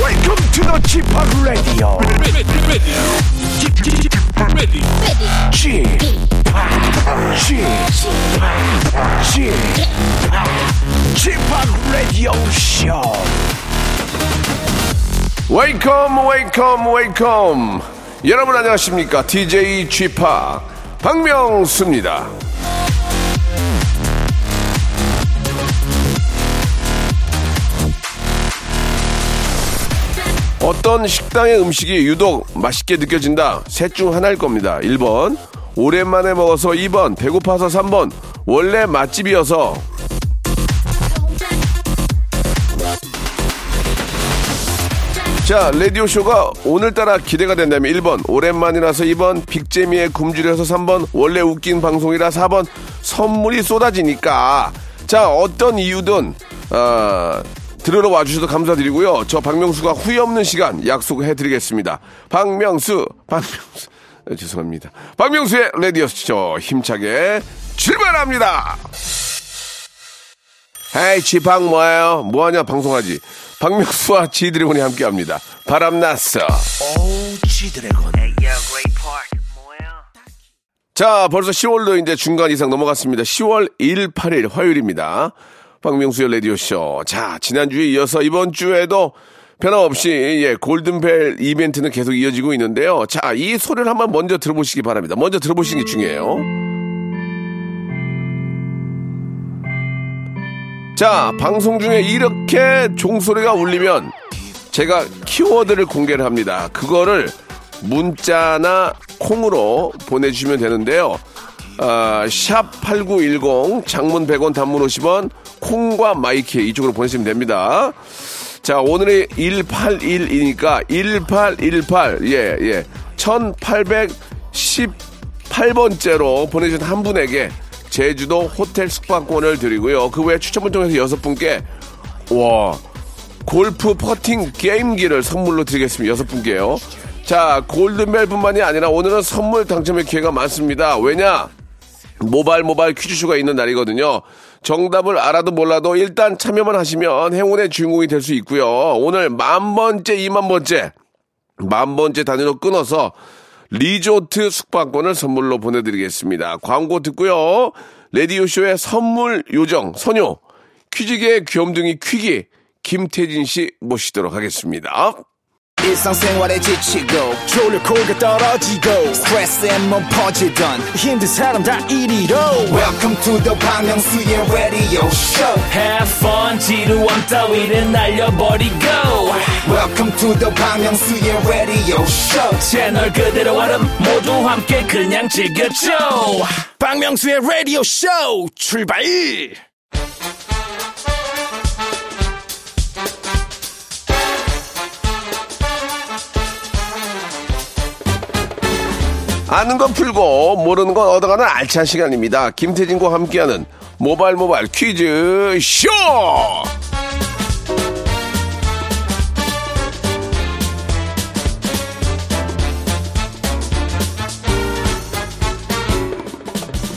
welcome to the Chip Radio. ready, ready, ready, ready. Chip, Chip, Chip, Radio Show. 웨이컴 웨이컴 웨이컴 여러분 안녕하십니까 DJ g p 파 박명수입니다 어떤 식당의 음식이 유독 맛있게 느껴진다 셋 중 하나일 겁니다 1번 오랜만에 먹어서 2번 배고파서 3번 원래 맛집이어서 자, 라디오쇼가 오늘따라 기대가 된다면 1번, 오랜만이라서 2번, 빅재미에 굶주려서 3번, 원래 웃긴 방송이라 4번, 선물이 쏟아지니까. 자, 어떤 이유든, 아, 들으러 와주셔서 감사드리고요. 저 박명수가 후회 없는 시간 약속해드리겠습니다. 박명수, 박명수, 아, 죄송합니다. 박명수의 라디오쇼 힘차게 출발합니다! 에이, 지팡 뭐예요? 뭐하냐, 방송하지. 박명수와 지드래곤이 함께 합니다. 바람났어. 자, 벌써 10월로 이제 중간 이상 넘어갔습니다. 10월 18일 화요일입니다. 박명수의 라디오쇼. 자, 지난주에 이어서 이번 주에도 변함없이, 예, 골든벨 이벤트는 계속 이어지고 있는데요. 자, 이 소리를 한번 먼저 들어보시기 바랍니다. 먼저 들어보시는 게 중요해요. 자, 방송 중에 이렇게 종소리가 울리면 제가 키워드를 공개를 합니다. 그거를 문자나 콩으로 보내주시면 되는데요. 아, 샵8910 장문 100원 단문 50원 콩과 마이키 이쪽으로 보내시면 됩니다. 자, 오늘이 181이니까 1818. 예, 예. 1818번째로 보내주신 한 분에게 제주도 호텔 숙박권을 드리고요. 그 외에 추첨을 통해서 여섯 분께 와, 골프 퍼팅 게임기를 선물로 드리겠습니다. 여섯 분께요. 자, 골든벨뿐만이 아니라 오늘은 선물 당첨의 기회가 많습니다. 왜냐? 모발 모발 퀴즈쇼가 있는 날이거든요. 정답을 알아도 몰라도 일단 참여만 하시면 행운의 주인공이 될 수 있고요. 오늘 만 번째, 이만 번째, 만 번째 단위로 끊어서 리조트 숙박권을 선물로 보내드리겠습니다. 광고 듣고요. 레디오쇼의 선물 요정, 선요, 퀴즈계의 귀염둥이 퀴기, 김태진 씨 모시도록 하겠습니다. 일상생활에 지치고, 졸려 코가 떨어지고 스트레스에 몸 퍼지던, 힘든 사람 다 이리로. welcome to the Bang Myung-soo's radio show Have fun 지루함 따위를 날려버리고 welcome to the Bang Myung-soo's radio show 채널 그대로 얼음 모두 함께 그냥 즐겨줘 박명수의 라디오 쇼 출발. 아는 건 풀고 모르는 건 얻어가는 알찬 시간입니다. 김태진과 함께하는 모발 모발 퀴즈 쇼.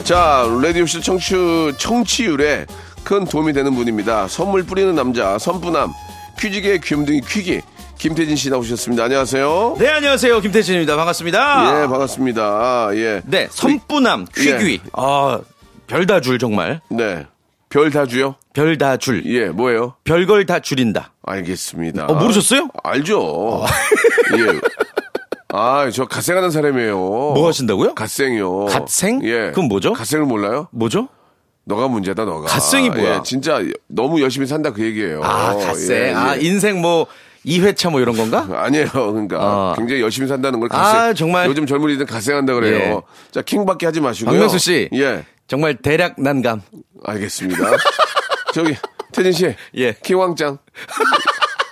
자 라디오 쇼 청취 청취율에 큰 도움이 되는 분입니다. 선물 뿌리는 남자 선부남 퀴즈계 귀염둥이 퀴기 김태진 씨 나오셨습니다. 안녕하세요. 네 안녕하세요 김태진입니다 반갑습니다. 예 반갑습니다. 아, 예. 네 선뿌남 퀴귀 예. 아 별다줄 정말 네. 별 다주요? 별다줄 예, 뭐예요? 별걸 다 줄인다. 알겠습니다. 어, 모르셨어요? 알죠. 예. 아, 저 갓생하는 사람이에요. 뭐 하신다고요? 갓생이요. 갓생? 예. 그건 뭐죠? 갓생을 몰라요? 뭐죠? 너가 문제다, 너가. 갓생이 뭐야? 예, 진짜 너무 열심히 산다 그 얘기예요. 아 갓생 예, 예. 아 인생 뭐 2회차 뭐 이런 건가? 아니에요. 그러니까 아. 굉장히 열심히 산다는 걸 갓생. 아, 정말. 요즘 젊은이들 갓생한다 그래요. 예. 자, 킹밖에 하지 마시고요. 박명수 씨. 예. 정말 대략 난감. 알겠습니다. 저기 태진 씨, 예. 킹왕짱,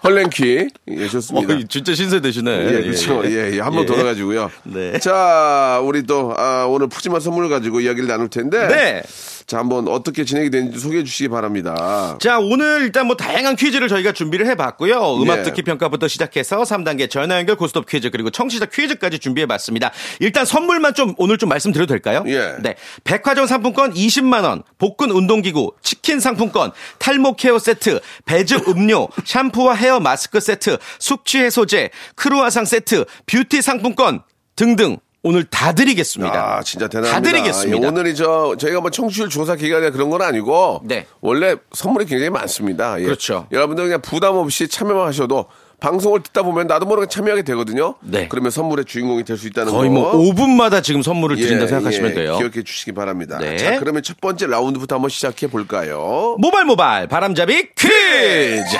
헐랭키, 예, 좋습니다. 어, 진짜 신세대시네. 예, 그렇죠. 예, 예. 한번 예. 돌아가지고요. 네. 자, 우리 또 아, 오늘 푸짐한 선물을 가지고 이야기를 나눌 텐데. 네. 자, 한번 어떻게 진행이 되는지 소개해 주시기 바랍니다. 자, 오늘 일단 뭐 다양한 퀴즈를 저희가 준비를 해봤고요. 음악 예. 듣기 평가부터 시작해서 3단계 전화 연결 고스톱 퀴즈 그리고 청취자 퀴즈까지 준비해봤습니다. 일단 선물만 좀 오늘 좀 말씀드려도 될까요? 예. 네. 백화점 상품권 20만원, 복근 운동기구, 치킨 상품권, 탈모 케어 세트, 배즙 음료, 샴푸와 헤어 마스크 세트, 숙취 해소제, 크루아상 세트, 뷰티 상품권 등등 오늘 다 드리겠습니다. 아, 진짜 대단합니다. 다 드리겠습니다. 예, 오늘이 저 저희가 뭐 청취율 조사 기간에 그런 건 아니고 네. 원래 선물이 굉장히 많습니다. 예. 그렇죠. 여러분들 그냥 부담 없이 참여만 하셔도 방송을 듣다 보면 나도 모르게 참여하게 되거든요. 네. 그러면 선물의 주인공이 될 수 있다는 거의 거. 뭐 5분마다 지금 선물을 예, 드린다 고 생각하시면 예, 돼요. 기억해 주시기 바랍니다. 네. 자, 그러면 첫 번째 라운드부터 한번 시작해 볼까요? 모발 모발 바람잡이 퀴즈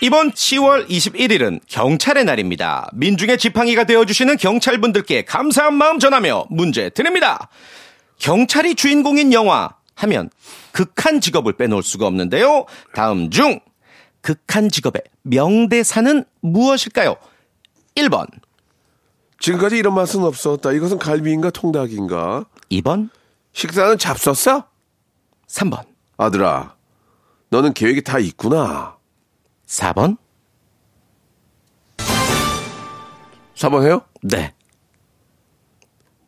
이번 10월 21일은 경찰의 날입니다. 민중의 지팡이가 되어주시는 경찰분들께 감사한 마음 전하며 문제 드립니다. 경찰이 주인공인 영화 하면 극한 직업을 빼놓을 수가 없는데요. 다음 중 극한 직업의 명대사는 무엇일까요? 1번, 지금까지 이런 맛은 없었다. 이것은 갈비인가 통닭인가? 2번, 식사는 잡섰어? 3번, 아들아, 너는 계획이 다 있구나. 4번. 4번 해요? 네.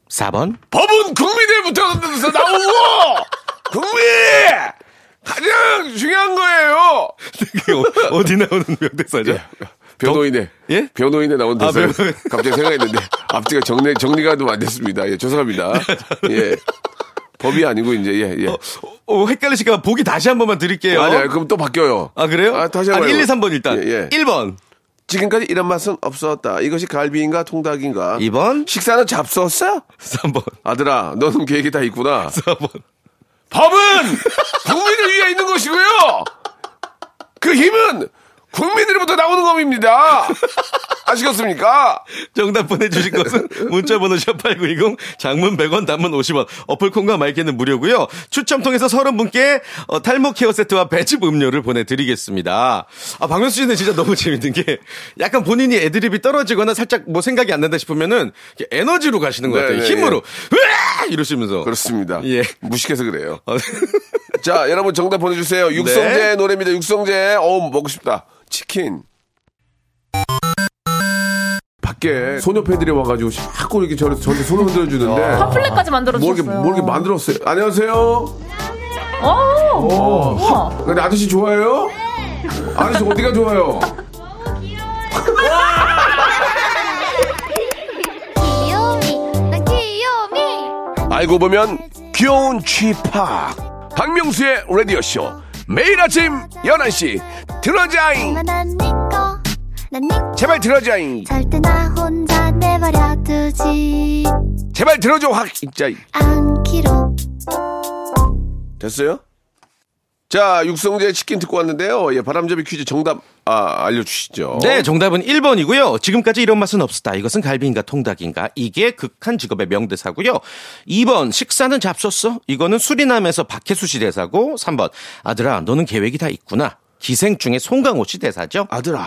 4번. 법은 국민들부터 나오고 국민 가장 중요한 거예요. 어디 나오는 명대사죠? 변호인의 예? 변호인에 나온 대사 아, 변호인. 갑자기 생각했는데 앞뒤가 정리 정리가 좀 안 됐습니다. 예, 죄송합니다. 예. 법이 아니고 이제 예 예. 네, 어, 헷갈리실까 봐 보기 다시 한 번만 드릴게요. 아니야 그럼 또 바뀌어요. 아, 그래요? 다시 한번 아니, 1, 2, 해봐요. 3번 일단. 예, 예. 1번. 지금까지 이런 맛은 없었다. 이것이 갈비인가 통닭인가. 2번. 식사는 잡수었어? 3번. 아들아, 너는 계획이 다 있구나. 4번. 법은 국민을 위해 있는 것이고요. 그 힘은 국민으로부터 나오는 겁니다. 아시겠습니까? 정답 보내주실 것은 문자번호 샵8910 장문 100원 단문 50원 어플콘과 마이크는 무료고요 추첨 통해서 30분께 어, 탈모 케어 세트와 배즙 음료를 보내드리겠습니다 아 박명수 씨는 진짜 너무 재밌는 게 약간 본인이 애드립이 떨어지거나 살짝 뭐 생각이 안 난다 싶으면은 이렇게 에너지로 가시는 것 네, 같아요 네, 힘으로 으아! 이러시면서 그렇습니다. 예. 무식해서 그래요. 어, 자, 여러분 정답 보내주세요. 육성재 의 노래입니다. 육성재. 어우, 먹고 싶다. 치킨. 밖에 소녀 팬들이 와가지고 자꾸 이렇게 저를 저한테 손을 흔들어 아. 주는데 뭐 플랫까지 모르게 만들어주셨어요. 모르게 만들었어요. 안녕하세요. 어. 오! 우와. 네. 근데 아저씨 좋아해요? 아저씨 어디가 좋아요? 귀요미 난 귀요미 알고 보면 귀여운 취팍 박명수의 라디오쇼 매일 아침 11시 들어자잉 난 니꺼 난 니꺼 제발 들어자잉 절대 나 혼자 내버려 두지 제발 들어줘 확 진짜 않기로 됐어요? 자 육성재 치킨 듣고 왔는데요 예 바람잡이 퀴즈 정답 아 알려주시죠 네, 정답은 1번이고요. 지금까지 이런 맛은 없었다. 이것은 갈비인가 통닭인가. 이게 극한 직업의 명대사고요. 2번 식사는 잡섰어. 이거는 수리남에서 박혜수 씨 대사고 3번 아들아 너는 계획이 다 있구나. 기생충의 송강호 씨 대사죠. 아들아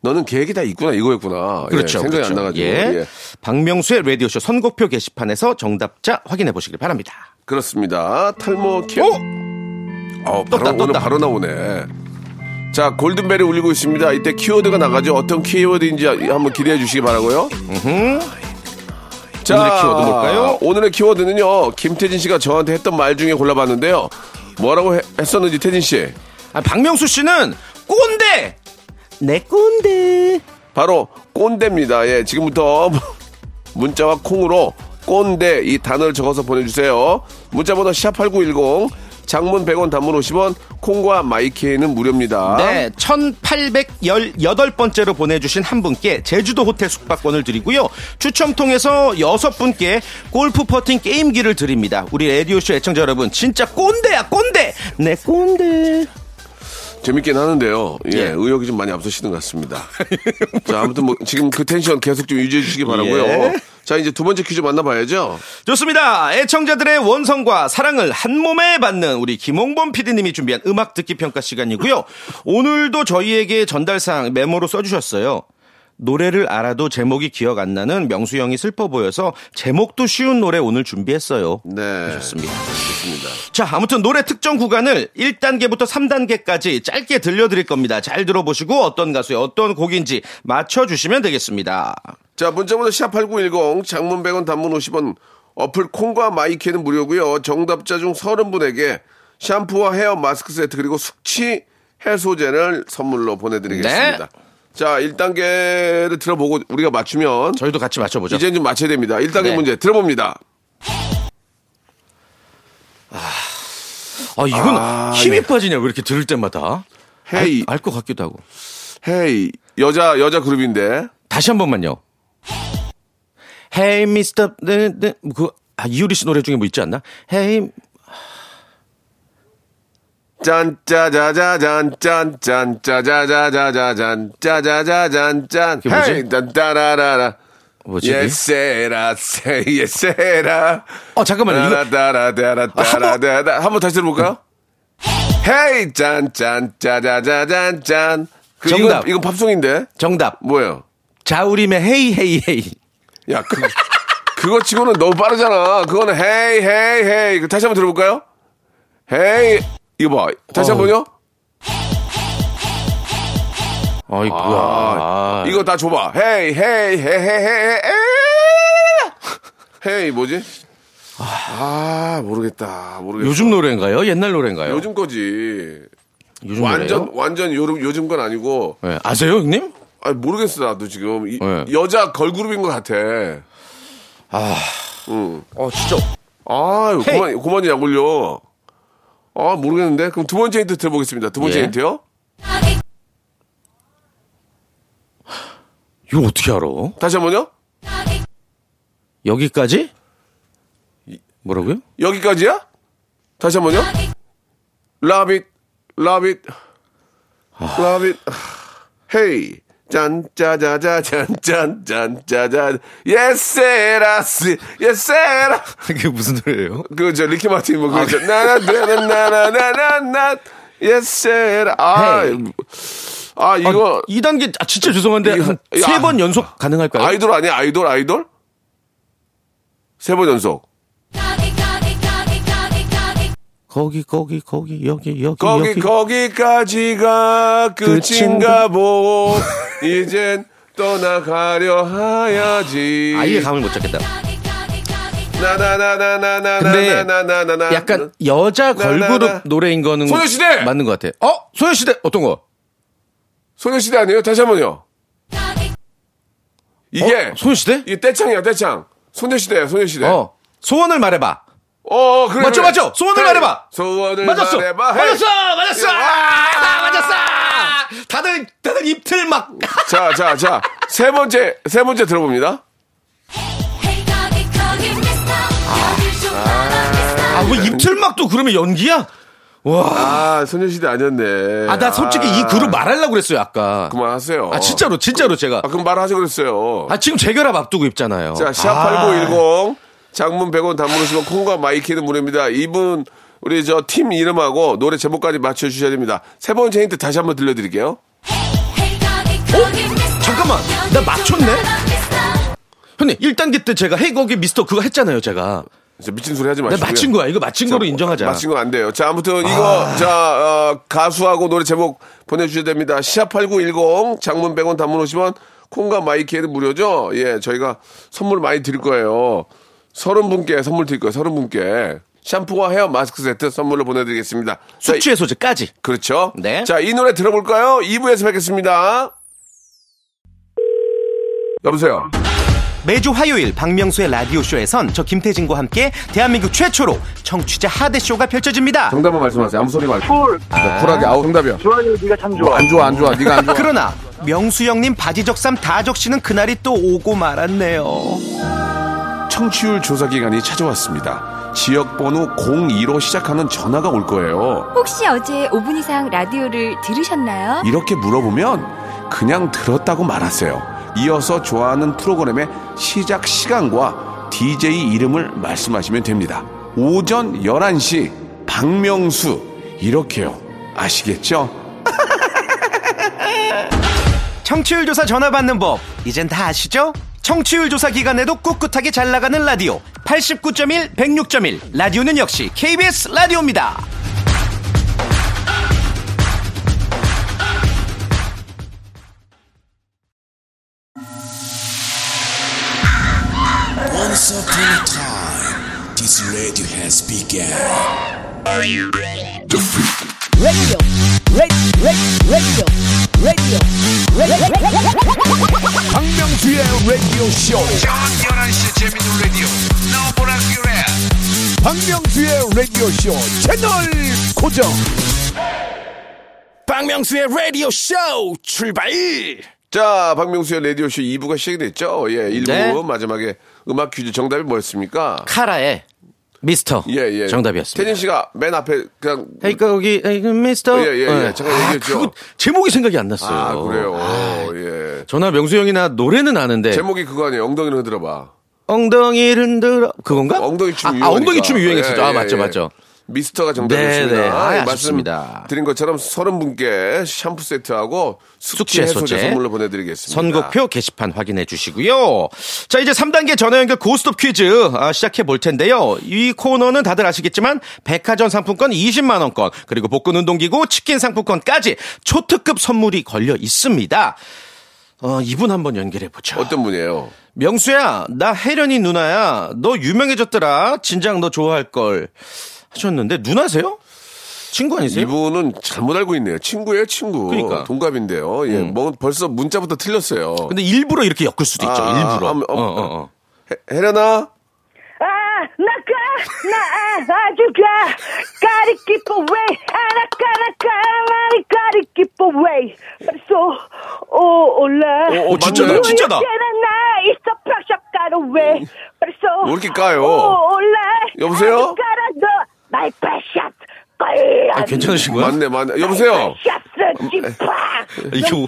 너는 계획이 다 있구나 이거였구나 예, 그렇죠. 생각이 그렇죠. 안 나가지고 예. 예. 박명수의 라디오쇼 선곡표 게시판에서 정답자 확인해 보시길 바랍니다. 그렇습니다 탈모 키 어, 바로, 떴다, 오늘 떴다. 바로 나오네. 자, 골든벨이 울리고 있습니다. 이때 키워드가 나가죠. 어떤 키워드인지 한번 기대해 주시기 바라고요. 자, 오늘의 키워드 뭘까요? 오늘의 키워드는요. 김태진 씨가 저한테 했던 말 중에 골라봤는데요. 뭐라고 해- 했었는지 태진 씨. 아, 박명수 씨는 꼰대! 내 네, 꼰대! 바로 꼰대입니다. 예, 지금부터 문자와 콩으로 꼰대 이 단어를 적어서 보내주세요. 문자번호 샵8910 장문 100원 단문 50원 콩과 마이케이는 무료입니다. 네, 1818번째로 보내주신 한 분께 제주도 호텔 숙박권을 드리고요. 추첨 통해서 여섯 분께 골프 퍼팅 게임기를 드립니다. 우리 라디오쇼 애청자 여러분, 진짜 꼰대야, 꼰대! 내 꼰대. 재밌긴 하는데요. 예, 예. 의욕이 좀 많이 앞서시는 것 같습니다. 자, 아무튼 뭐 지금 그 텐션 계속 좀 유지해 주시기 바라고요. 예. 자, 이제 두 번째 퀴즈 만나봐야죠. 좋습니다. 애청자들의 원성과 사랑을 한 몸에 받는 우리 김홍범 PD님이 준비한 음악 듣기 평가 시간이고요. 오늘도 저희에게 전달사항 메모로 써주셨어요. 노래를 알아도 제목이 기억 안 나는 명수 형이 슬퍼 보여서 제목도 쉬운 노래 오늘 준비했어요. 네. 좋습니다. 좋습니다. 자, 아무튼 노래 특정 구간을 1단계부터 3단계까지 짧게 들려드릴 겁니다. 잘 들어보시고 어떤 가수의 어떤 곡인지 맞춰주시면 되겠습니다. 자, 문자번호 샵8910 장문 100원 단문 50원 어플 콩과 마이키는 무료고요. 정답자 중 30분에게 샴푸와 헤어 마스크 세트 그리고 숙취 해소제를 선물로 보내드리겠습니다. 네. 자, 1단계를 들어보고 우리가 맞추면 저희도 같이 맞춰보죠. 이제 좀 맞춰야 됩니다. 1단계 네. 문제 들어봅니다. 아, 이건 아, 힘이 예. 빠지냐, 왜 이렇게 들을 때마다. 헤이, 알 것 같기도 하고. 헤이. 여자, 여자 그룹인데. 다시 한 번만요. Hey, Mr. 네, 네, 그, 아, 이효리 씨 노래 중에 뭐 있지 않나? Hey, 짠, 짜자자잔, 짠, 짠, 짜자자자자잔, 짜자자잔, 짠. 그게 뭐지? 헤이, 짠, 따라라라. 뭐지? 예세라 세 예세라 어, 네, 잠깐만요. 이거- 따라따라따라따라따라 한번 다시 들어볼까요? 헤이 짠짠 짜자자잔짠 그 정답. 이건, 이건 팝송인데 정답. 뭐예요? 자우림의 헤이, 헤이, 헤이. 야 그, 그거 치고는 너무 빠르잖아 그거는 헤이 헤이 헤이 이거 다시 한번 들어볼까요? 헤이 이거 봐 다시 한 번요 아이, 뭐야. 아, 이거 다 줘봐 헤이 헤이 헤이 헤이 헤이 헤이 헤이 뭐지? 아 모르겠다 모르겠다 요즘 노래인가요? 옛날 노래인가요? 요즘 거지. 요즘 완전 노래예요? 완전 요즘 요즘 건 아니고. 예, 아세요, 형님? 아니 모르겠어 나도 지금 이- 네. 여자 걸그룹인 것 같아. 아. 어, 진짜. 아 헤이. 고만 고만이 약 올려. 아 모르겠는데 그럼 두 번째 힌트 들어보겠습니다. 두 번째 예. 힌트요. 이거 어떻게 알아? 다시 한번요. 여기까지? 뭐라고요? 여기까지야? 다시 한번요. 라빗 라빗 라빗 헤이 짠짜자자 짠짠짠짜자 예세라스 예세라 그게 무슨 노래예요? 그 저 리키 마틴 뭐 그거 나나나나나나나 예세라 아, Hey. 아 아, 이거 2단계, 아, 진짜 죄송한데, 이거- 이거 세 번 연속 가능할까요? 아이돌 아니야 아이돌 아이돌 세 번 연속 거기, 거기, 거기, 여기, 여기. 거기 여기. 거기까지가 끝인가 보 이젠 떠나가려 하야지 아예 감을 못 잡겠다. 근데 나나나나나나나나나나 약간 여자 나나나. 걸그룹 노래인 거는 소녀시대! 맞는 것 같아. 어? 소녀시대 어떤 거? 소녀시대 아니에요 다시 한번요 이게 어? 소녀시대? 이게 떼창이야 떼창 소녀시대야 소녀시대 어. 소원을 말해봐. 어, 어 그래. 맞죠, 그래. 맞죠? 소원을 헤이, 말해봐. 소원을 맞았어. 말해봐. 헤이. 맞았어. 맞았어. 야, 아, 맞았어. 다들 다들 입틀 막. 자, 자, 자. 세 번째, 세 번째 들어봅니다. 아, 왜 입틀 막도 그러면 연기야? 와. 아, 소녀시대 아니었네. 아, 나 솔직히 이 그룹 말하려고 그랬어요, 아까. 그만하세요. 아, 진짜로 진짜로 제가. 아, 그럼 말하자 그랬어요. 아, 지금 재결합 앞두고 있잖아요. 자, 샵8910. 장문 100원 단문 50원 콩과 마이키는 무료입니다. 이분 우리 저 팀 이름하고 노래 제목까지 맞춰 주셔야 됩니다. 세 번째 힌트 다시 한번 들려 드릴게요. 어? 잠깐만. 나 맞췄네. 형님, 1단계 때 제가 헤이 거기 미스터 그거 했잖아요, 제가. 미친 소리 하지 마시고. 내가 네, 맞힌 거야. 이거 맞힌 거로 인정하자. 맞힌 거 안 돼요. 자, 아무튼 이거 자 어, 가수하고 노래 제목 보내주셔야 됩니다. 시합 8910 장문 100원 단문 50원 콩과 마이키에는 무료죠. 예, 저희가 선물 많이 드릴 거예요. 서른 분께 선물 드릴 거예요. 서른 분께 샴푸와 헤어 마스크 세트 선물로 보내드리겠습니다. 자, 숙취 해소제까지. 그렇죠. 네. 자, 이 노래 들어볼까요? 2부에서 뵙겠습니다. 여보세요. 매주 화요일 박명수의 라디오쇼에선 저 김태진과 함께 대한민국 최초로 청취자 하대쇼가 펼쳐집니다. 정답만 말씀하세요. 아무 소리 말고. 쿨. 쿨하게. 아우 정답이야. 좋아요. 네가 참 좋아. 안 좋아, 안 좋아. 네가 안 좋아. 그러나 명수 형님 바지 적삼 다 적시는 그날이 또 오고 말았네요. 청취율 조사 기간이 찾아왔습니다. 지역 번호 02로 시작하는 전화가 올 거예요. 혹시 어제 5분 이상 라디오를 들으셨나요? 이렇게 물어보면 그냥 들었다고 말하세요. 이어서 좋아하는 프로그램의 시작 시간과 DJ 이름을 말씀하시면 됩니다. 오전 11시 박명수 이렇게요. 아시겠죠? 청취율 조사 전화 받는 법 이젠 다 아시죠? 청취율 조사 기간에도 꿋꿋하게 잘 나가는 라디오 89.1 106.1 라디오는 역시 KBS 라디오입니다. 박명수의 라디오 쇼. 저녁 11시 재밌는 라디오. 너보라 그래. 박명수의 라디오 쇼 채널 고정. 박명수의 라디오 쇼 출발. 자, 박명수의 라디오쇼 2부가 시작이 됐죠? 예, 1부 네. 마지막에 음악 퀴즈 정답이 뭐였습니까? 카라의 미스터 예, 예. 태진 씨가 맨 앞에 그냥 그러니까 거기 미스터 어. 아, 예, 예, 예. 잠깐 얘기했죠. 제목이 생각이 안 났어요. 아, 그래요. 어, 예. 전화 명수 형이나 노래는 아는데 제목이 그거 아니에요. 엉덩이를 흔들어 봐. 엉덩이를 흔들어 그건가? 뭐 엉덩이 춤 아, 유행하니까. 아, 엉덩이 춤 유행했었죠. 예, 아 예, 맞죠 예. 맞죠. 미스터가 네, 네. 정답이었습니다. 아, 아, 아쉽습니다. 드린 것처럼 서른 분께 샴푸 세트하고 숙취 숙취 해소제 해소제. 선물로 보내드리겠습니다. 선곡표 게시판 확인해 주시고요. 자, 이제 3단계 전화 연결 고스톱 퀴즈 아, 시작해 볼 텐데요. 이 코너는 다들 아시겠지만 백화점 상품권 20만 원권 그리고 복근 운동기구 치킨 상품권까지 초특급 선물이 걸려 있습니다. 어, 이분 한번 연결해 보죠. 어떤 분이에요? 명수야, 나 혜련이 누나야. 너 유명해졌더라. 진작 너 좋아할 걸 하셨는데 누나세요? 친구 아니세요? 이분은 잘못 알고 있네요. 친구예요, 친구. 그러니까. 음. 동갑인데요. 예, 뭐 벌써 문자부터 틀렸어요. 근데 일부러 이렇게 엮을 수도 있죠. 아, 일부러. 아, 음, 어, 어, 어, 어. 헤- 혜련아, 아, 나 가, 나 아, 아주 가. Gotta keep away. 아나 가나 가만히 gotta keep away. 벌써 오 올라. 오, 오, 진짜다, 어, 진짜다. 나 있어 pressure got away. 벌써 왜 이렇게 까요? 오 올라. 여보세요? 아주 가라 너 나의 pressure. 걸려. 아, 괜찮으신 거야? 맞네, 맞네. 여보세요? pressure 지파. 이게 뭐-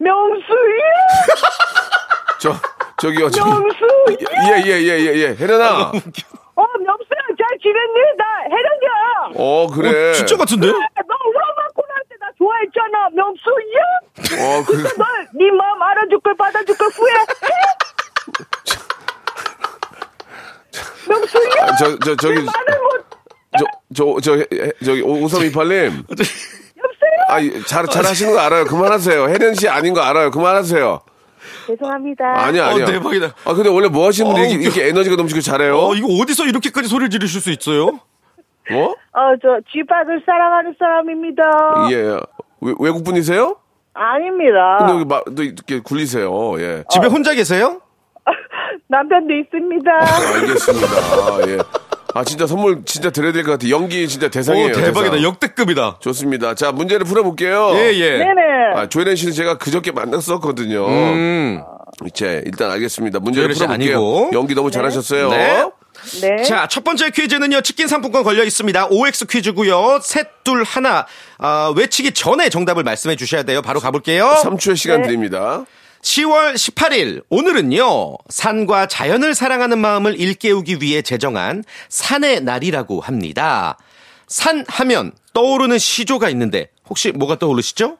명수야, 명수야, 저, 저기요, 저기. 명수야. 예, 예, 예, 예, 예. 혜련아. 어, 명수야, 잘 지냈니? 나 해령이야. 어, 그래. 어, 진짜 같은데? 너 우라마코나 할때나 좋아했잖아 명수야 어, 그, 널네 마음 알아줄 걸 받아줄 걸 후회해 명수야 아, 저, 저, 저기. 말을 못 저, 저, 저, 해- 저기, 오삼이팔님. 여보세요 아, 잘, 잘 하시는 거 알아요. 그만하세요. 혜련 씨 아닌 거 알아요. 그만하세요. 죄송합니다 아니야, 어, 아니야. 대박이다. 아, 근데 원래 뭐 하시는 분이 어, 이렇게, 이렇게 에너지가 넘치고 잘해요? 어, 예. 이거 어디서 이렇게까지 소리를 지르실 수 있어요? 뭐? 어저 쥐밭을 사랑하는 사람입니다 예. 외, 외국 분이세요? 아닙니다 근데 여기 마, 또 이렇게 굴리세요. 예. 집에 혼자 계세요? 남편도 있습니다 알겠습니다. 아, 예. 아, 진짜 선물 진짜 드려야 될 것 같아요. 연기 진짜 대상이에요. 오, 대박이다. 대상. 어. 역대급이다. 좋습니다. 자, 문제를 풀어볼게요. 예, 예. 네네 아, 조혜련 씨는 제가 그저께 만났었거든요. 음, 이제 일단 알겠습니다. 문제를 조혜련 씨 풀어볼게요. 아니고. 연기 너무 잘하셨어요. 네. 네 자, 첫 번째 퀴즈는요. 치킨 상품권 걸려 있습니다. OX 퀴즈고요. 셋, 둘, 하나. 아, 외치기 전에 정답을 말씀해 주셔야 돼요. 바로 가볼게요. 3초의 시간 네. 드립니다. 10월 18일 오늘은요 산과 자연을 사랑하는 마음을 일깨우기 위해 제정한 산의 날이라고 합니다. 산 하면 떠오르는 시조가 있는데 혹시 뭐가 떠오르시죠?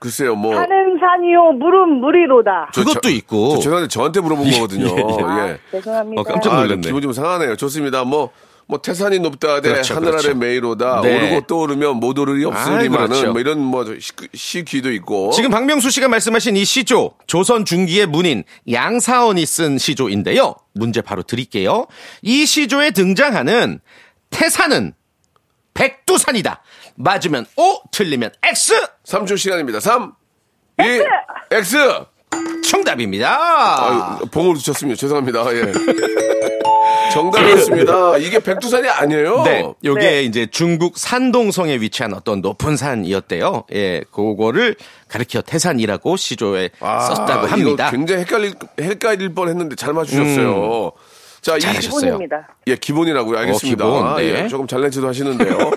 글쎄요, 뭐. 하는 산이요 물은 물이로다 저- 그것도 저- 있고. 저, 죄송한데 저한테 물어본 거거든요. 예, 예. 죄송합니다 어, 깜짝 아, 놀랐네. 기분 좀 상하네요. 좋습니다. 뭐, 뭐 태산이 높다 대 그렇죠, 하늘 아래 그렇죠. 메이로다 네. 오르고 떠오르면 못 오르리 없으리라는 아이, 그렇죠. 뭐 이런 뭐 시- 시귀도 있고 지금 박명수 씨가 말씀하신 이 시조 조선 중기의 문인 양사원이 쓴 시조인데요. 문제 바로 드릴게요. 이 시조에 등장하는 태산은 백두산이다. 맞으면 O, 틀리면 X. 3초 시간입니다. 3, 2, X! 정답입니다. 아, 봉을 주셨습니다. 죄송합니다. 예. 정답이었습니다. 이게 백두산이 아니에요. 네, 요게 이제 중국 산동성에 위치한 어떤 높은 산이었대요. 예, 그거를 가리켜 태산이라고 시조에 아, 썼다고 이거 합니다. 굉장히 헷갈릴, 헷갈릴 뻔 했는데 잘 맞추셨어요. 자, 이, 음. 잘하셨어요. 기본입니다 예, 기본이라고요. 알겠습니다. 어, 기본, 아, 예, 네. 조금 잘난 체도 하시는데요.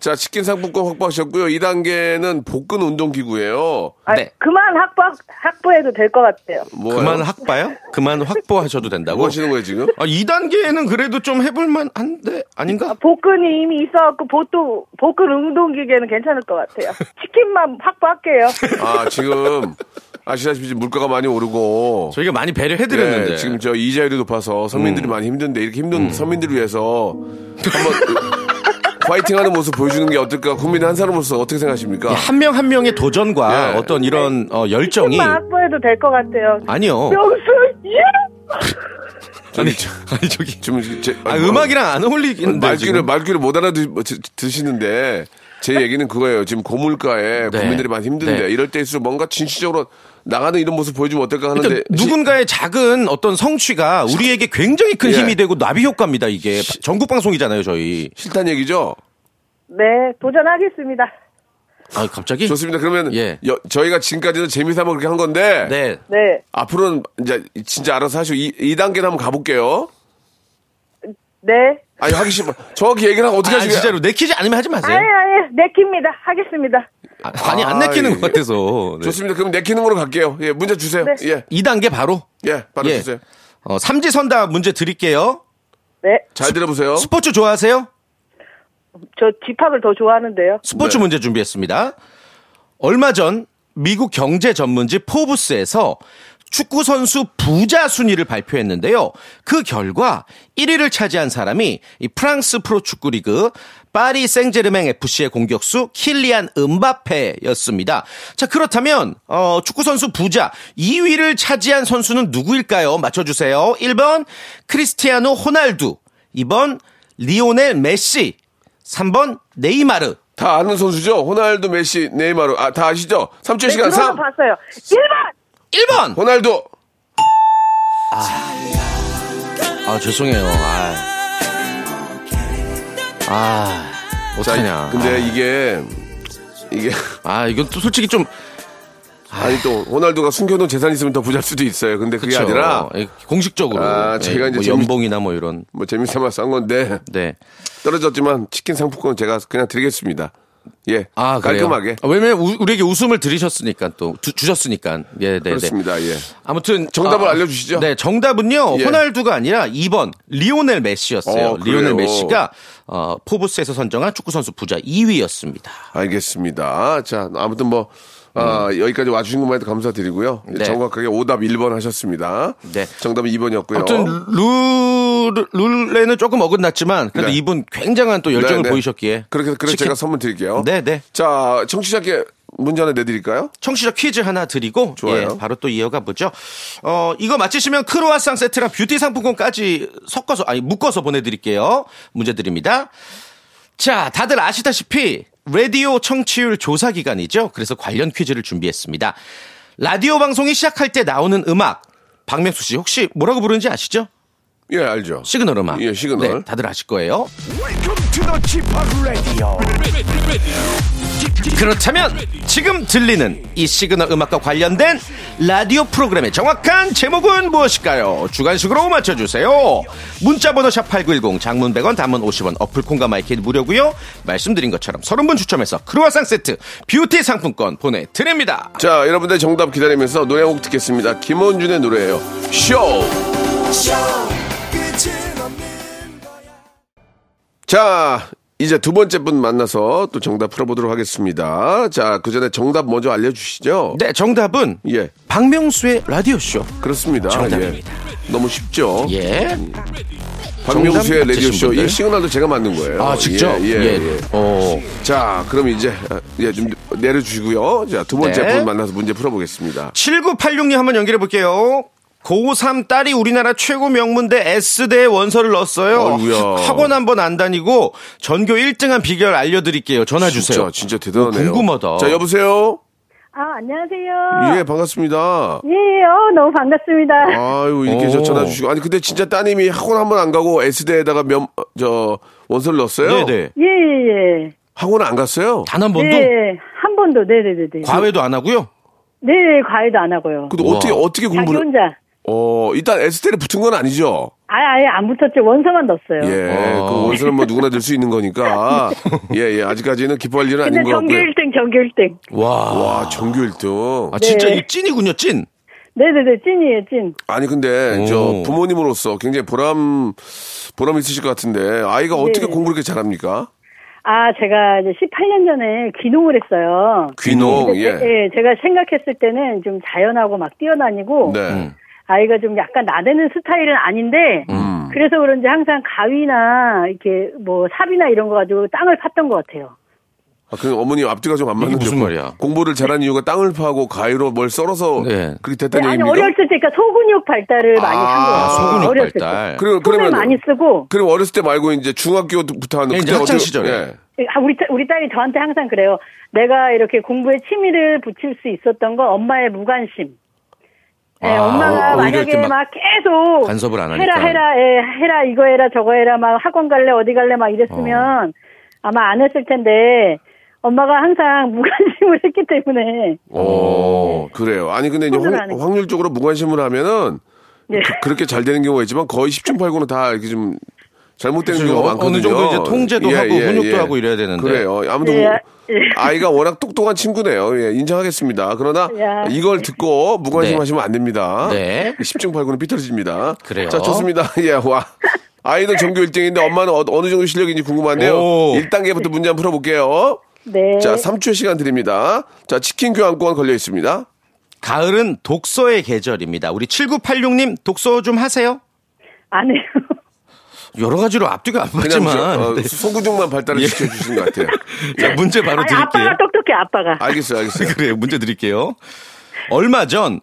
자, 치킨 상품권 확보하셨고요. 2단계는 복근 운동기구예요. 아, 네. 그만 학부 학부해도 될 것 같아요 뭐 그만 확봐요? 그만 확보하셔도 된다고? 뭐 하시는 거예요, 지금? 아, 2단계는 그래도 좀 해볼만 한데, 아닌가? 복근이 이미 있어갖고 보통 복근 운동기계는 괜찮을 것 같아요. 치킨만 확보할게요. 아, 지금 아시다시피 지금 물가가 많이 오르고 저희가 많이 배려해드렸는데. 음. 예, 지금 저 이자율이 높아서 서민들이 많이 힘든데 이렇게 힘든 서민들을 위해서 한번 화이팅하는 모습 보여주는 게 어떨까 국민 한 사람으로서 어떻게 생각하십니까? 한 명 한 명의 도전과 예. 어떤 이런 어, 열정이 조금만 확보해도 될 것 같아요. 아니요. 명수 예! 아니, 저- 아니 저기 지금 제, 아, 음악이랑 안 어울리는데 말귀를 지금. 말귀를 못 뭐, 알아드시는데 제 얘기는 그거예요. 지금 고물가에 네. 국민들이 많이 힘든데 네. 이럴 때일수록 뭔가 진취적으로 나가는 이런 모습 보여주면 어떨까 하는데 그러니까 누군가의 작은 어떤 성취가 우리에게 굉장히 큰 예. 힘이 되고 나비 효과입니다 이게 전국 방송이잖아요 저희. 시- 싫다는 얘기죠? 네, 도전하겠습니다. 아 갑자기? 좋습니다. 그러면 예. 여- 저희가 지금까지는 재미삼아 그렇게 한 건데 네. 네, 앞으로는 이제 진짜 알아서 하시고 이, 이 단계는 한번 가볼게요. 네. 아니 하기 싫어. 정확히 얘기를 하고 어떻게 아 하시겠어요? 진짜로 내키지 않으면 하지 마세요. 아예, 아예, 네, 내킵니다. 하겠습니다. 아, 아니 안 아, 내키는 예. 것 같아서. 네. 좋습니다. 그럼 내키는 걸로 갈게요. 예, 문제 주세요. 네. 예, 2단계 바로. 예, 바로 예. 주세요. 어, 삼지선다 문제 드릴게요. 네, 잘 들어보세요. 스포츠 좋아하세요? 저 집합을 더 좋아하는데요. 스포츠 네. 문제 준비했습니다. 얼마 전 미국 경제 전문지 포브스에서 축구 선수 부자 순위를 발표했는데요. 그 결과 1위를 차지한 사람이 이 프랑스 프로축구 리그 파리 생제르맹 FC의 공격수 킬리안 음바페였습니다. 자 그렇다면 어, 축구 선수 부자 2위를 차지한 선수는 누구일까요? 맞춰주세요. 1번 크리스티아노 호날두, 2번 리오넬 메시, 3번 네이마르. 다 아는 선수죠? 호날두, 메시, 네이마르. 아, 다 아시죠? 3초 네, 시간 그거는 3. 봤어요. 예! 1번! 1번. 호날두. 아 죄송해요. 아, 아 어떡하냐. 근데 이게 이게 아 이건 또 솔직히 좀 아니 또 호날두가 숨겨놓은 재산 있으면 더 부자일 수도 있어요. 근데 그게 그쵸. 아니라 예, 공식적으로 아, 예, 제가 이제 뭐 재밌- 연봉이나 뭐 이런 뭐 재미삼아서 한 건데 네. 떨어졌지만 치킨 상품권 제가 그냥 드리겠습니다. 예, 아, 그래요? 깔끔하게 아, 왜냐면 우, 리에게 웃음을 드리셨으니까 또 주, 주셨으니까. 예, 네, 네. 그렇습니다. 예. 아무튼 정답을 아, 알려주시죠. 네, 정답은요. 예. 호날두가 아니라 2번 리오넬 메시였어요. 어, 그래요? 리오넬 메시가 어, 포브스에서 선정한 축구 선수 부자 2위였습니다. 알겠습니다. 자, 아무튼 뭐, 아, 여기까지 와주신 것만 해도 감사드리고요. 음. 네. 정확하게 오답 1번 하셨습니다. 네. 정답은 2번이었고요. 아무튼 룰 룰에는 조금 어긋났지만 그래도 네. 이분 굉장한 또 네, 열정을 네. 보이셨기에 그렇게, 그래서 치킨- 제가 선물 드릴게요. 네, 네. 자, 청취자께 문제 하나 내드릴까요? 청취자 퀴즈 하나 드리고 좋아요. 예, 바로 또 이어가 보죠. 어, 이거 맞히시면 크로아상 세트랑 뷰티 상품권까지 섞어서 아니 묶어서 보내드릴게요. 문제 드립니다. 자, 다들 아시다시피 라디오 청취율 조사 기간이죠. 그래서 관련 퀴즈를 준비했습니다. 라디오 방송이 시작할 때 나오는 음악 박명수 씨 혹시 뭐라고 부르는지 아시죠? 예, 알죠. 시그널 음악. 예, 시그널. 네, 다들 아실 거예요. 그렇다면 지금 들리는 이 시그널 음악과 관련된 라디오 프로그램의 정확한 제목은 무엇일까요? 주관식으로 맞춰주세요. 문자번호 샵8910 장문 100원 단문 50원 어플콘과 마이킹 무료고요. 말씀드린 것처럼 30분 추첨해서 크루아상 세트 뷰티 상품권 보내드립니다. 자, 여러분들 정답 기다리면서 노래 한 곡 듣겠습니다. 김원준의 노래예요. 쇼! 자, 이제 두 번째 분 만나서 또 정답 풀어보도록 하겠습니다. 자, 그 전에 정답 먼저 알려주시죠. 네, 정답은 예, 박명수의 라디오쇼. 그렇습니다. 정답입니다. 예. 너무 쉽죠. 예. 박명수의 정답 라디오 쇼. 맞히신 분들. 이 시그널도 제가 만든 거예요. 아, 직접? 예, 예, 예. 어, 자, 그럼 이제 아, 예, 좀 내려주시고요. 자, 두 번째 네. 분 만나서 문제 풀어보겠습니다. 7986님 한번 연결해 볼게요. 고3 딸이 우리나라 최고 명문대 S대에 원서를 넣었어요. 어이구야. 학원 한번 안 다니고 전교 1등한 비결 알려드릴게요. 전화 주세요. 어, 진짜, 진짜 대단하네요. 궁금하다. 자, 여보세요? 아, 안녕하세요. 예, 반갑습니다. 예, 어, 너무 반갑습니다. 아유, 이렇게 오. 저 전화 주시고. 아니, 근데 진짜 따님이 학원 한 번 안 가고 S대에다가 면, 어, 저, 원서를 넣었어요? 네네. 예, 예, 예. 학원 안 갔어요? 단 한 번도 네, 한 번도, 네네네네. 과외도 안 하고요. 네, 과외도 안 하고요. 근데 우와. 어떻게, 어떻게 자기 그 공부를. 혼자. 어, 일단 S대를 붙은 건 아니죠? 아예, 아예 안 붙었죠. 원서만 넣었어요. 예, 어. 그 원서는 뭐 누구나 들 수 있는 거니까. 예, 예, 아직까지는 기뻐할 일은 근데 아닌 것 전교 같고요. 1등, 전교 1등. 와. 와, 전교 1등. 아, 진짜 네. 이 찐이군요, 찐. 네네네, 찐이에요, 찐. 아니 근데 오. 저 네. 부모님으로서 굉장히 보람 보람 있으실 것 같은데 아이가 어떻게 공부를 이렇게 잘합니까? 아, 제가 이제 18년 전에 귀농을 했어요. 귀농, 예. 예, 제가 생각했을 때는 좀 자연하고 막 뛰어다니고 음. 네. 아이가 좀 약간 나대는 스타일은 아닌데 음. 그래서 그런지 항상 가위나 이렇게 뭐 삽이나 이런 거 가지고 땅을 팠던 것 같아요. 아, 그 어머니 앞뒤가 좀 안 이게 맞는 무슨 말이야? 공부를 잘한 이유가 땅을 파고 가위로 뭘 썰어서 네. 그렇게 됐다는 아니 얘기입니까? 어렸을 때 그러니까 소근육 발달을 많이 한 거예요. 아, 소근육 어렸을 발달. 때. 그리고 손을 그러면 많이 쓰고 그럼 어렸을 때 말고 이제 중학교부터 하는 네, 이제 그때 학창 어떻게- 시절에. 예. 아, 우리, 딸- 우리 딸이 저한테 항상 그래요. 내가 이렇게 공부에 취미를 붙일 수 있었던 건 엄마의 무관심. 예, 아, 엄마가 오- 오히려 만약에 이렇게 막, 막 계속 간섭을 안 하니까. 해라 해라 예, 해라 이거 해라 저거 해라 막 학원 갈래 어디 갈래 막 어. 이랬으면 아마 안 했을 텐데 엄마가 항상 무관심을 했기 때문에 오, 그래요. 아니, 근데 이제 손을 확- 안 해요. 확률적으로 무관심을 하면은 네. 그, 렇게잘 되는 경우가 있지만 거의 10중 8구는 다 이렇게 좀 잘못되는 그렇죠. 경우가 어- 많거든요. 예, 어느 정도 이제 통제도 하고 훈육도 하고 이래야 되는데. 그래요. 아무튼 예, 예. 아이가 워낙 똑똑한 친구네요. 예, 인정하겠습니다. 그러나 야. 이걸 듣고 네. 무관심하시면 안 됩니다. 네. 10중 8구는 삐뚤어집니다. 그래요. 자, 좋습니다. 예, 와. 아이는 전교 1등인데 엄마는 어, 느 정도 실력인지 궁금한데요. 오. 1단계부터 문제 한번 풀어볼게요. 네. 자, 3초의 시간 드립니다. 자, 치킨 교환권 걸려 있습니다. 가을은 독서의 계절입니다. 우리 7986님 독서 좀 하세요? 안 해요. 여러 가지로 앞뒤가 안 그냥 맞지만. 저, 어, 네. 소구정만 발달을 시켜주신 것 같아요. 자, 문제 바로 아니, 드릴게요. 아빠가 똑똑해 아빠가. 알겠어요, 알겠어요. 그래요. 문제 드릴게요. 얼마 전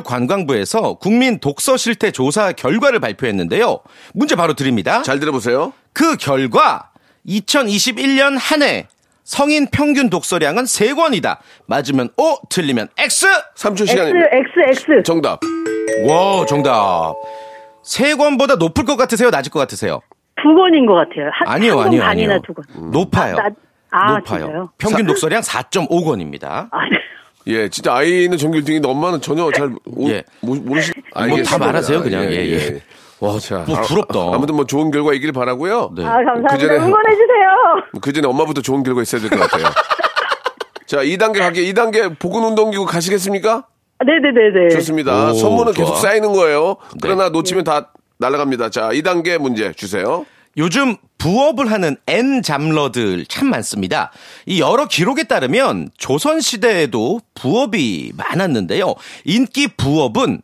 문화체육관광부에서 국민 독서 실태 조사 결과를 발표했는데요. 문제 바로 드립니다. 잘 들어보세요. 그 결과 2021년 한 해 성인 평균 독서량은 3권이다. 맞으면 O, 틀리면 X. 3초 X 시간입니다. X X. 정답. 와, 정답. 3권보다 높을 것 같으세요? 낮을 것 같으세요? 두 권인 것 같아요. 한, 아니요, 한권 아니요, 반이나 아니요. 두 권. 높아요. 나- 아, 높아요. 진짜요? 평균 독서량 4.5권입니다. 아, 예, 진짜 아이는 전교 1등인데 엄마는 전혀 잘 모, 예. 모, 모르시, 뭐 알겠습니다. 다 말하세요, 그냥. 예, 예. 와, 자. 뭐 부럽다. 아무튼 뭐 좋은 결과 있길 바라고요 네. 아, 감사합니다. 그 전에- 응원해주세요. 그 전에 엄마부터 좋은 결과 있어야 될 것 같아요. 자, 2단계 갈게요. 2단계 보건운동기구 가시겠습니까? 네네네네. 네. 좋습니다. 오, 선물은 좋아. 네. 계속 쌓이는 거예요. 그러나 놓치면 다 날아갑니다. 자, 2단계 문제 주세요. 요즘 부업을 하는 N 잡러들 참 많습니다. 이 여러 기록에 따르면 조선 시대에도 부업이 많았는데요. 인기 부업은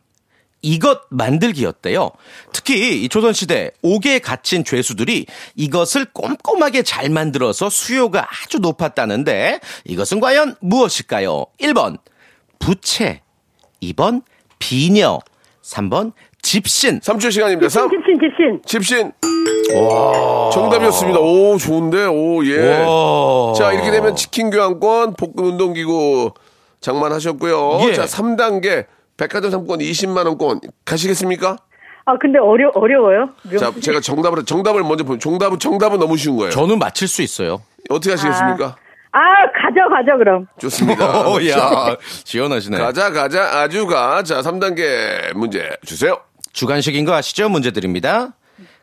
이것 만들기였대요. 특히 이 조선 시대 옥에 갇힌 죄수들이 이것을 꼼꼼하게 잘 만들어서 수요가 아주 높았다는데 이것은 과연 무엇일까요? 1번 부채, 2번 비녀, 3번 집신. 3초 시간입니다. 3, 집신 집신. 집신. 정답이었습니다. 오, 좋은데, 오, 예. 와. 자, 이렇게 되면 치킨 교환권, 복근 운동기구 장만하셨고요. 예. 자, 3단계. 백화점 상권 20만원권 가시겠습니까? 아 근데 어려 어려워요. 자, 제가 정답을, 정답을 먼저 보면, 정답은, 정답은 너무 쉬운 거예요. 저는 맞힐 수 있어요. 어떻게 하시겠습니까? 아 가져 가져 그럼. 좋습니다. 오, 어, 야, 지원하시네. 아, 가자, 가자, 아주가. 자, 3단계 문제 주세요. 주간식인 거 아시죠? 문제 드립니다.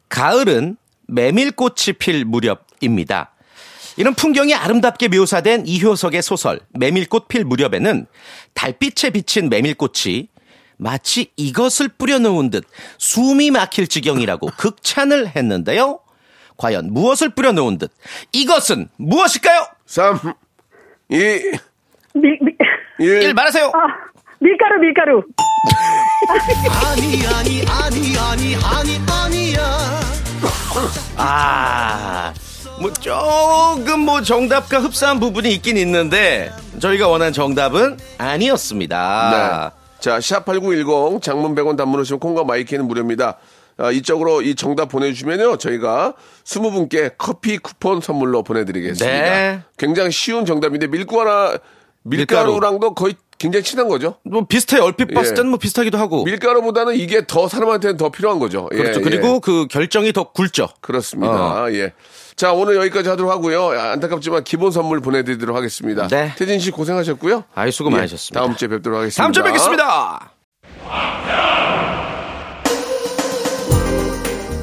가을은 메밀꽃이 필 무렵입니다. 이런 풍경이 아름답게 묘사된 이효석의 소설 메밀꽃 필 무렵에는 달빛에 비친 메밀꽃이 마치 이것을 뿌려놓은 듯 숨이 막힐 지경이라고 극찬을 했는데요. 과연 무엇을 뿌려놓은 듯 이것은 무엇일까요? 3, 2, 밀, 밀, 1 1. 말하세요. 아, 밀가루 밀가루. 아, 뭐 조금 뭐 정답과 흡사한 부분이 있긴 있는데 저희가 원한 정답은 아니었습니다. 네. 자, 샵8910 장문 100원 단문 오시면 콩과 마이키는 무료입니다. 아, 이쪽으로 이 정답 보내주시면요. 저희가 20분께 커피 쿠폰 선물로 보내드리겠습니다. 네. 굉장히 쉬운 정답인데 밀가루 하나, 밀가루. 밀가루랑도 거의 굉장히 친한 거죠. 뭐 비슷해 요 얼핏 봤을 네. 예. 때는 뭐 비슷하기도 하고 밀가루보다는 이게 더 사람한테는 더 필요한 거죠. 예, 그렇죠. 예. 그리고 어. 그 결정이 더 굵죠. 그렇습니다. 예. 자, 오늘 여기까지 하도록 하고요. 아, 안타깝지만 기본 선물 보내드리도록 하겠습니다. 네. 태진 씨 고생하셨고요. 아이 수고 예, 많으셨습니다. 다음 주에 뵙도록 하겠습니다. 다음 주에 뵙겠습니다.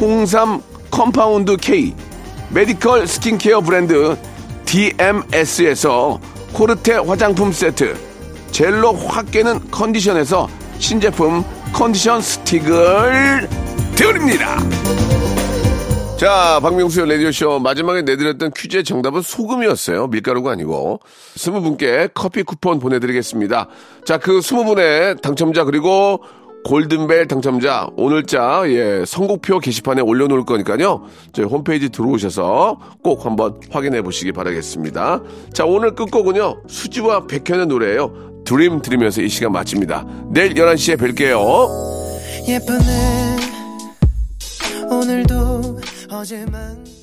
홍삼 컴파운드 K, 메디컬 스킨케어 브랜드 DMS에서 코르테 화장품 세트, 젤로 확 깨는 컨디션에서 신제품 컨디션 스틱을 드립니다. 자, 박명수의 라디오쇼 마지막에 내드렸던 퀴즈의 정답은 소금이었어요. 밀가루가 아니고. 스무 분께 커피 쿠폰 보내드리겠습니다. 자, 그 스무 분의 당첨자 그리고 골든벨 당첨자 오늘자 예 선곡표 게시판에 올려놓을 거니까요 저희 홈페이지 들어오셔서 꼭 한번 확인해 보시기 바라겠습니다 자 오늘 끝곡은요 수지와 백현의 노래예요 드림 들으면서 이 시간 마칩니다 내일 11시에 뵐게요 예쁜 애 오늘도 어제만